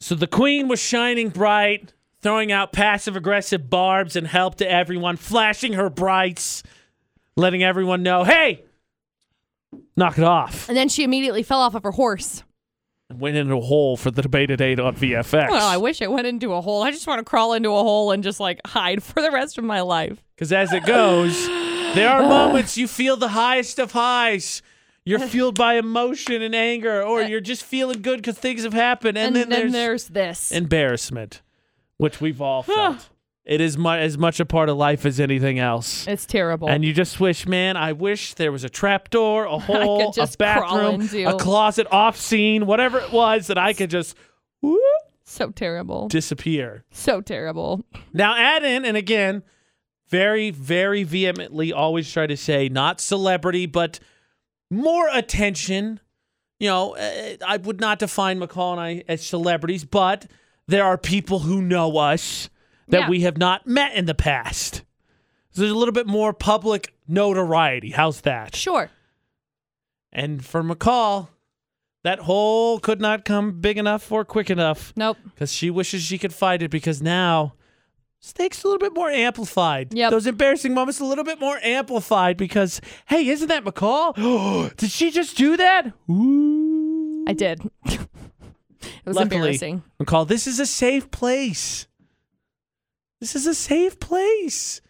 So the queen was shining bright, throwing out passive aggressive barbs and help to everyone, flashing her brights, letting everyone know, hey, knock it off. And then she immediately fell off of her horse. And went into a hole for the debate at 8 on VFX. Well, I wish I went into a hole. I just want to crawl into a hole and just like hide for the rest of my life. Because as it goes, there are moments you feel the highest of highs. You're fueled by emotion and anger, or you're just feeling good because things have happened. Uh, And, then, there's, this. embarrassment, which we've all felt. it is mu- as much a part of life as anything else. it's terrible. And you just wish, man, I wish there was a trapdoor, a hole, a just crawl bathroom, into. a closet off scene, whatever it was, that I could just whoop, so terrible. disappear. So terrible. Now add in, and again, very, very vehemently always try to say not celebrity, but more attention. You know, eh, I would not define McCall and I as celebrities, but there are people who know us that Yeah. we have not met in the past. So there's a little bit more public notoriety. How's that? Sure. And for McCall, that hole could not come big enough or quick enough Nope. because she wishes she could fight it because now stakes a little bit more amplified. Yep. Those embarrassing moments a little bit more amplified because hey, isn't that McCall? Did she just do that? Ooh. I did. it was Luckily, embarrassing. McCall, this is a safe place. This is a safe place.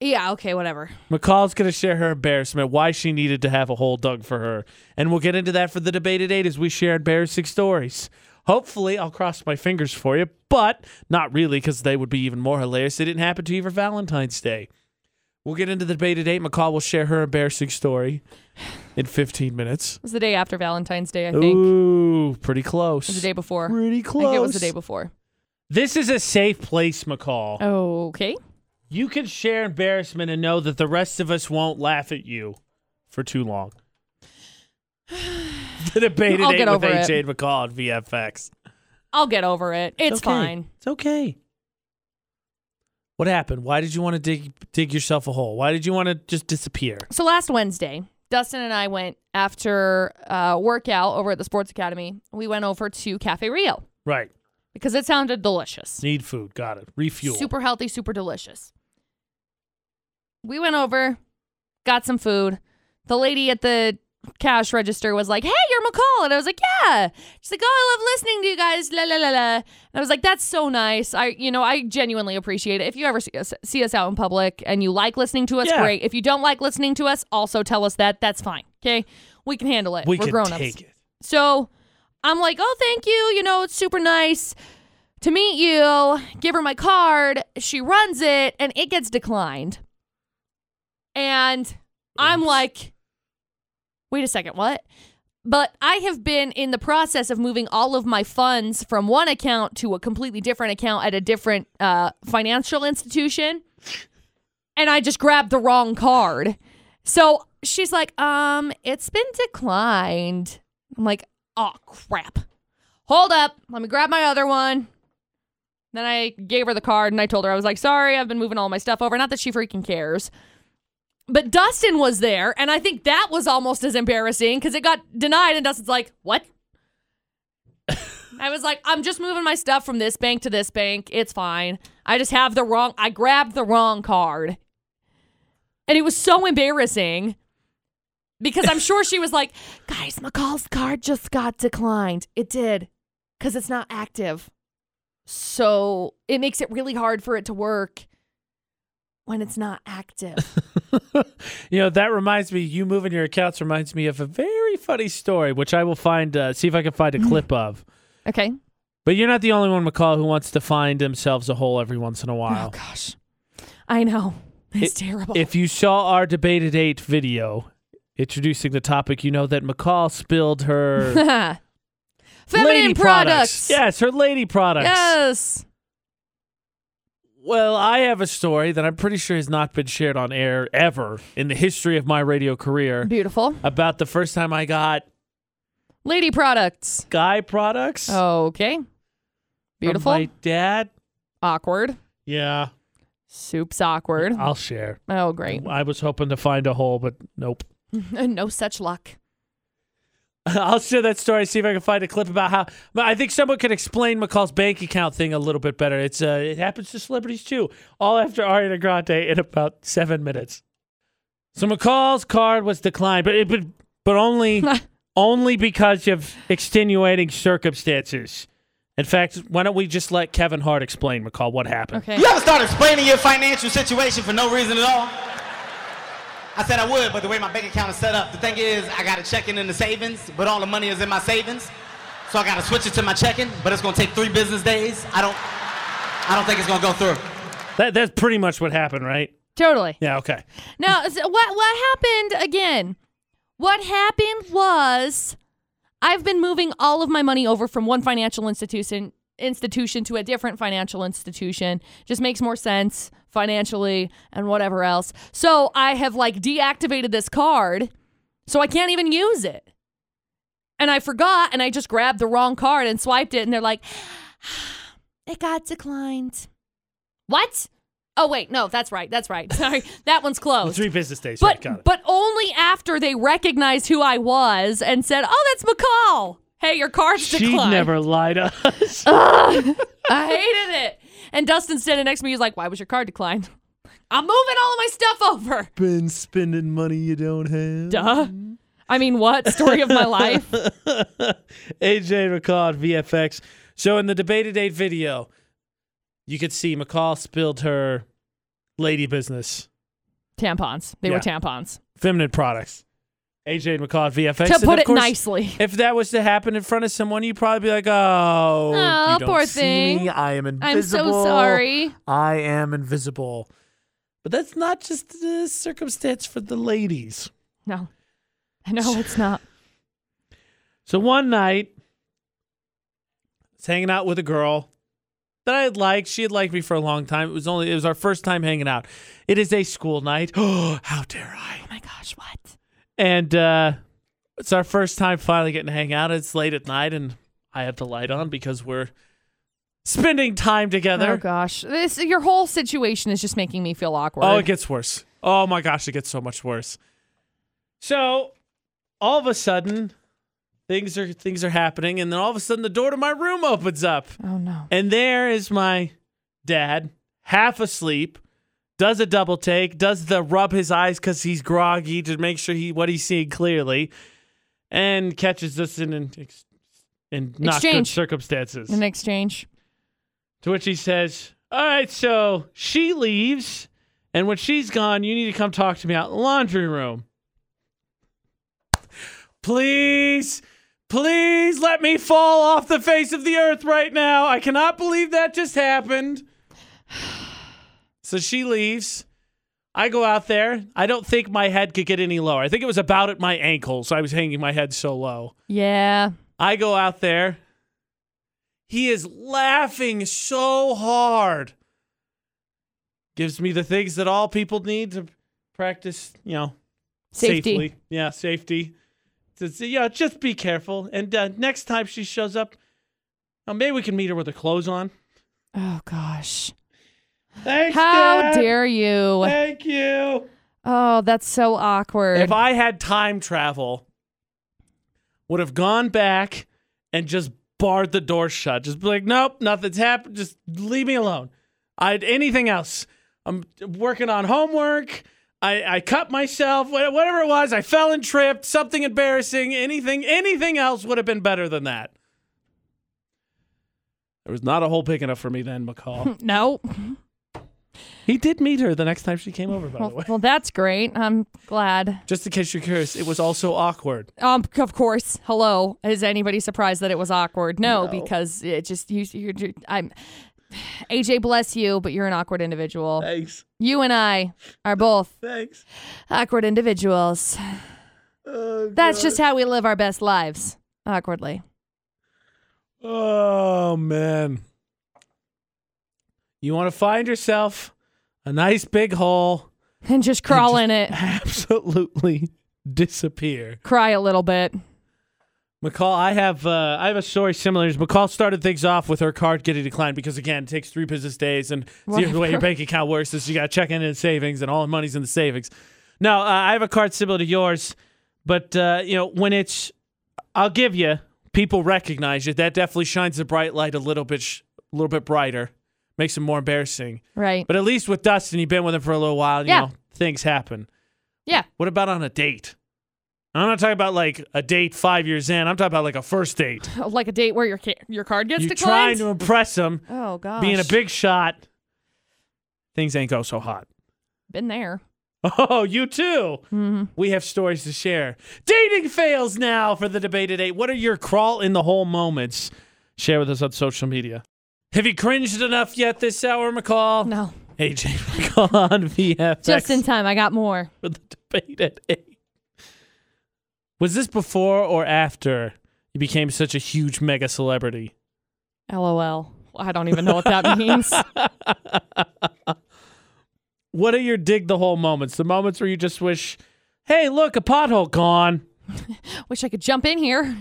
Yeah, okay, whatever. McCall's going to share her embarrassment, why she needed to have a hole dug for her. And we'll get into that for the debate at 8 as we share embarrassing stories. Hopefully, I'll cross my fingers for you, but not really because they would be even more hilarious. They didn't happen to you for Valentine's Day. We'll get into the debate at 8. McCall will share her embarrassing story in 15 minutes. It was the day after Valentine's Day, I think. It Ooh, pretty close. was the day before. Pretty I close. think it was the day Oh, before. This is a safe place, McCall. Okay. You can share embarrassment and know that the rest of us won't laugh at you for too long. the debate at I'll eight get with over AJ it. and McCall at VFX. I'll get over it. It's okay. fine. It's okay. What happened? Why did you want to dig dig yourself a hole? Why did you want to just disappear? So last Wednesday, Dustin and I went after uh, workout over at the Sports Academy. We went over to Cafe Rio Right. because it sounded delicious. Need food. Got it. Refuel. Super healthy, super delicious. We went over, got some food. The lady at the cash register was like, Hey, you're McCall. And I was like, Yeah. She's like, Oh, I love listening to you guys. La la la la. And I was like, That's so nice. I, you know, I genuinely appreciate it. If you ever see us, see us out in public and you like listening to us, Yeah. great. If you don't like listening to us, also tell us that. That's fine. Okay. We can handle it. we are can grown ups. take it. So I'm like, oh, thank you. You know, it's super nice to meet you. Give her my card. She runs it and it gets declined. And I'm Oops. like, wait a second, what? But I have been in the process of moving all of my funds from one account to a completely different account at a different uh, financial institution. And I just grabbed the wrong card. So she's like, um, it's been declined. I'm like, oh crap. Hold up. Let me grab my other one. Then I gave her the card and I told her, I was like, sorry, I've been moving all my stuff over. Not that she freaking cares. But Dustin was there, and I think that was almost as embarrassing because it got denied, and Dustin's like, what? I was like, I'm just moving my stuff from this bank to this bank. It's fine. I just have the wrong, I grabbed the wrong card. And it was so embarrassing because I'm sure she was like, guys, McCall's card just got declined. It did because it's not active. So it makes it really hard for it to work when it's not active. you know that reminds me you moving your accounts reminds me of a very funny story which i will find uh, see if i can find a clip of okay. but you're not the only one mccall who wants to find themselves a hole every once in a Oh, while gosh. I know. It's It- terrible. if you saw our debated eight video introducing the topic you know that mccall spilled her Feminine lady products. yes her lady products Yes. well i have a story that i'm pretty sure has not been shared on air ever in the history of my radio career Beautiful. about the first time i got Lady products. guy products from Okay. Oh, Beautiful. my dad Awkward. Yeah, Soup's awkward. I'll share. Oh, great. I was hoping to find a hole, but nope. no such luck. I'll share that story. See if I can find a clip about how. But I think someone could explain McCall's bank account thing a little bit better. It's uh, it happens to celebrities too. All after Ariana Grande in about seven minutes. So McCall's card was declined, but it, but but only only because of extenuating circumstances. In fact, why don't we just let Kevin Hart explain McCall what happened? Okay. You ever start explaining your financial situation for no reason at all? I said I would, but the way my bank account is set up, the thing is I got a checking and the savings, but all the money is in my savings. So I gotta switch it to my checking, but it's gonna take three business days. I don't I don't think it's gonna go through. That, that's pretty much what happened, right? Totally. Yeah. Okay. Now, so what what happened again? What happened was I've been moving all of my money over from one financial institution institution to a different financial institution. Just makes more sense financially and whatever else. So, I have like deactivated this card so I can't even use it. And I forgot and I just grabbed the wrong card and swiped it and they're like it got declined. What? Oh wait, no, that's right. That's right. Sorry. That one's closed. Three business days. right, But got it. but only after they recognized who I was and said, "Oh, that's McCall. Hey, your card's she declined." never lied to us. I hated it. And Dustin standing next to me, he's like, "Why was your card declined?" I'm moving all of my stuff over. Been spending money you don't have. Duh. I mean, what story of my life? AJ McCall at VFX. So in the debated eight video, you could see McCall spilled her lady business, tampons. They were Yeah. tampons. feminine products. AJ McCall at VFX. To And put of it course, nicely. If that was to happen in front of someone, you'd probably be like, "Oh, Oh, you don't poor see thing. me. I am invisible. I'm so sorry. I am invisible." But that's not just the circumstance for the ladies. No. No, it's not. Oh So one night, I was hanging out with a girl that I had liked. She had liked me for a long time. It was only it was our first time hanging out. It is a school night. Oh, how dare I! Oh my gosh, what? And uh, it's our first time finally getting to hang out. It's late at night, and I have the light on because we're spending time Oh together. gosh. This your whole situation is just making me feel awkward. Oh, it gets worse. Oh my gosh, it gets so much worse. So, all of a sudden, things are things are happening, and then all of a sudden, the door to my room opens up, oh no. and there is my dad, half asleep, does a double take, does the rub his eyes because he's groggy to make sure he what he's seeing clearly, and catches us in an ex- in not good Exchange. circumstances. An exchange. To which he says, All right, so she leaves, and when she's gone, you need to come talk to me out in the laundry room. Please, please let me fall off the face of the earth right now. I cannot believe that just happened. So she leaves. I go out there. I don't think my head could get any lower. I think it was about at my ankles. I was hanging my head so low. Yeah. I go out there. He is laughing so hard. Gives me the things that all people need to practice, you know, Safety. safely. Yeah, safety. Says, yeah, just be careful. And uh, next time she shows up, now maybe we can meet her with her clothes on. Oh gosh. Thanks, How Dad. dare you? Thank you. Oh, that's so awkward. If I had time travel, would have gone back and just barred the door shut. Just be like, nope, nothing's happened. Just leave me alone. I'd anything else. I'm working on homework. I, I cut myself, wha- whatever it was. I fell and tripped. Something embarrassing. Anything, anything else would have been better than that. There was not a hole big enough for me then, McCall. no. he did meet her the next time she came over, by the Well, way. well, that's great. I'm glad. Just in case you're curious, it was also awkward. Um, of course. Hello. Is anybody surprised that it was awkward? No, because it just you. You're, you're, I'm. AJ, bless you, but you're an awkward individual. Thanks. You and I are both Thanks. awkward individuals. That's just how we live our best lives, awkwardly. Oh man. You want to find yourself a nice big hole, And just crawl in it, absolutely disappear. cry a little bit. McCall, I have uh, I have a story similar. McCall started things off with her card getting declined because again, it takes three business days, and see the way your Whatever. bank account works is you got to check in and savings, and all the money's in the savings. No, uh, I have a card similar to yours, but uh, you know when it's I'll give you. People recognize you. That definitely shines the bright light a little bit, sh- a little bit brighter. Makes it more embarrassing. Right. But at least with Dustin, you've been with him for a little while. You Yeah. know, things happen. yeah. What about on a date? I'm not talking about like a date five years in. I'm talking about like a first date. Like a date where your ca- your card gets You're trying declined. to impress him, oh gosh. being a big shot. Things ain't go so hot. Been there. Oh, you too. Mm-hmm. We have stories to share. Dating fails now for the debate today. What are your crawl in the hole moments? Share with us on social media. Have you cringed enough yet this hour, McCall? No. AJ McCall on VFX Just in time. I got more. for the debate at eight. Was this before or after you became such a huge mega celebrity? LOL. I don't even know what that means. What are your dig the hole moments? The moments where you just wish, hey, look, a pothole gone. Wish I could jump in here.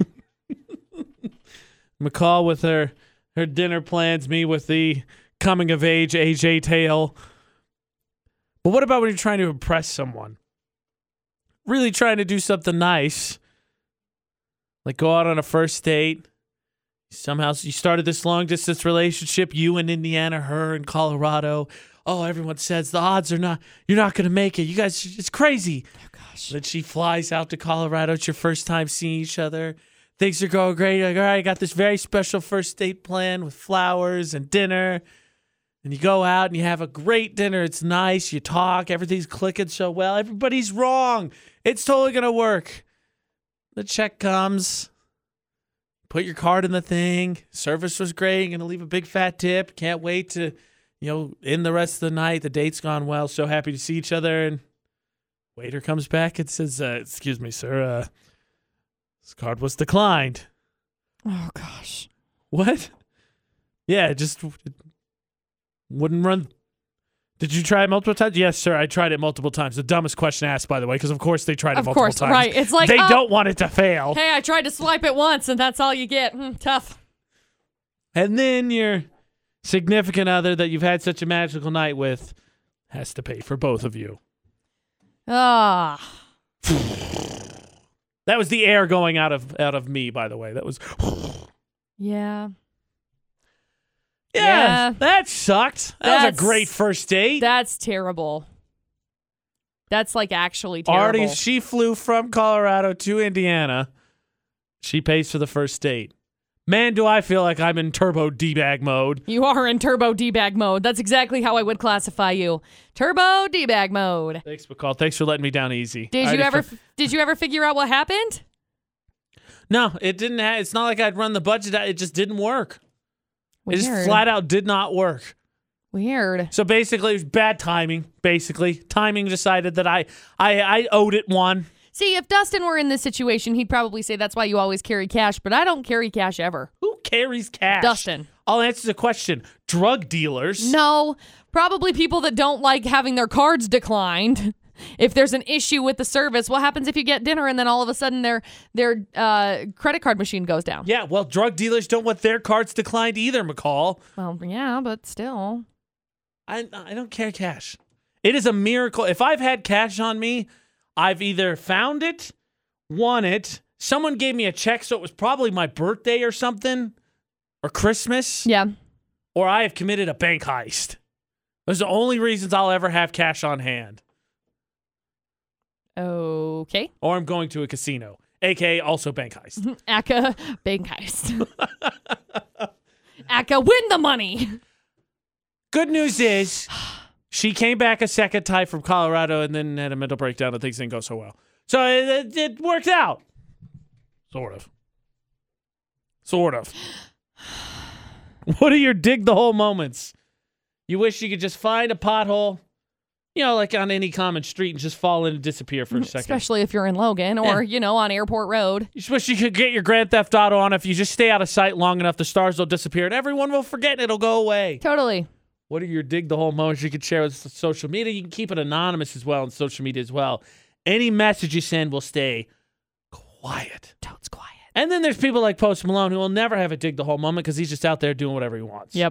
McCall with her her dinner plans, me with the coming of age AJ tale. But what about when you're trying to impress someone? Really trying to do something nice. Like go out on a first date. Somehow you started this long distance relationship, you in Indiana, her in Colorado. Oh, everyone says the odds are not you're not gonna make it. You guys it's crazy. Then she flies out to Colorado. It's your first time seeing each other. Things are going great. You're like, all right, I got this very special first date plan with flowers and dinner. And you go out and you have a great dinner. It's nice. You talk. Everything's clicking so well. Everybody's wrong. It's totally going to work. The check comes. Put your card in the thing. Service was great. going to leave a big fat tip. Can't wait to, you know, end the rest of the night. The date's gone well. So happy to see each other. And Waiter comes back and says, uh, "Excuse me, sir. Uh, this card was declined." Oh gosh. What? Yeah, it just it wouldn't run. Did you try it multiple times? Yes, sir. I tried it multiple times. The dumbest question asked, by the way, because of course they tried it Of multiple course, times. right. It's like, they oh. don't want it to fail. Hey, I tried to swipe it once, and that's all you get. Hmm, tough. And then your significant other that you've had such a magical night with has to pay for both of you. Ah. That was the air going out of out of me, by the way. That was Yeah. Yeah, Yeah. that sucked. That was That's- a great first date. That's terrible. That's like actually terrible. Already, she flew from Colorado to Indiana. She pays for the first date. Man, do I feel like I'm in turbo d bag mode. you are in turbo D bag mode. That's exactly how I would classify you. Turbo D bag mode. Thanks, McCall. Thanks for letting me down easy. I Did you already ever fe- did you ever figure out what happened? no, it didn't. Ha- it's not like I'd run the budget. out. It just didn't work. Weird. It just flat out did not work. Weird. So basically, it was bad timing. Basically, timing decided that I I, I owed it one. See, if Dustin were in this situation, he'd probably say that's why you always carry cash, but I don't carry cash ever. Who carries cash? Dustin. I'll answer the question. Drug dealers. No, probably people that don't like having their cards declined. If there's an issue with the service, what happens if you get dinner and then all of a sudden their their uh, credit card machine goes down? Yeah, well, drug dealers don't want their cards declined either, McCall. Well, yeah, but still. I I don't care cash. It is a miracle. If I've had cash on me, I've either found it, won it. Someone gave me a check, so it was probably my birthday or something, or Christmas, Yeah. or I have committed a bank heist. Those are the only reasons I'll ever have cash on hand, Okay. or I'm going to a casino, aka also bank heist. Aka bank heist. Aka win the money. Good news is, she came back a second time from Colorado and then had a mental breakdown and things didn't go so well. So uh, it, it, it worked out. Sort of. Sort of. What are your dig the hole moments? You wish you could just find a pothole, you know, like on any common street and just fall in and disappear for a second. Especially if you're in Logan or, you know, on Airport Road. You just wish you could get your Grand Theft Auto on. If you just stay out of sight long enough, the stars will disappear and everyone will forget and it'll go away. Totally. What are your dig the whole moments you can share with us on social media? You can keep it anonymous as well on social media as well. Any message you send will stay quiet. Toad's quiet. And then there's people like Post Malone who will never have a dig the whole moment because he's just out there doing whatever he wants. Yep.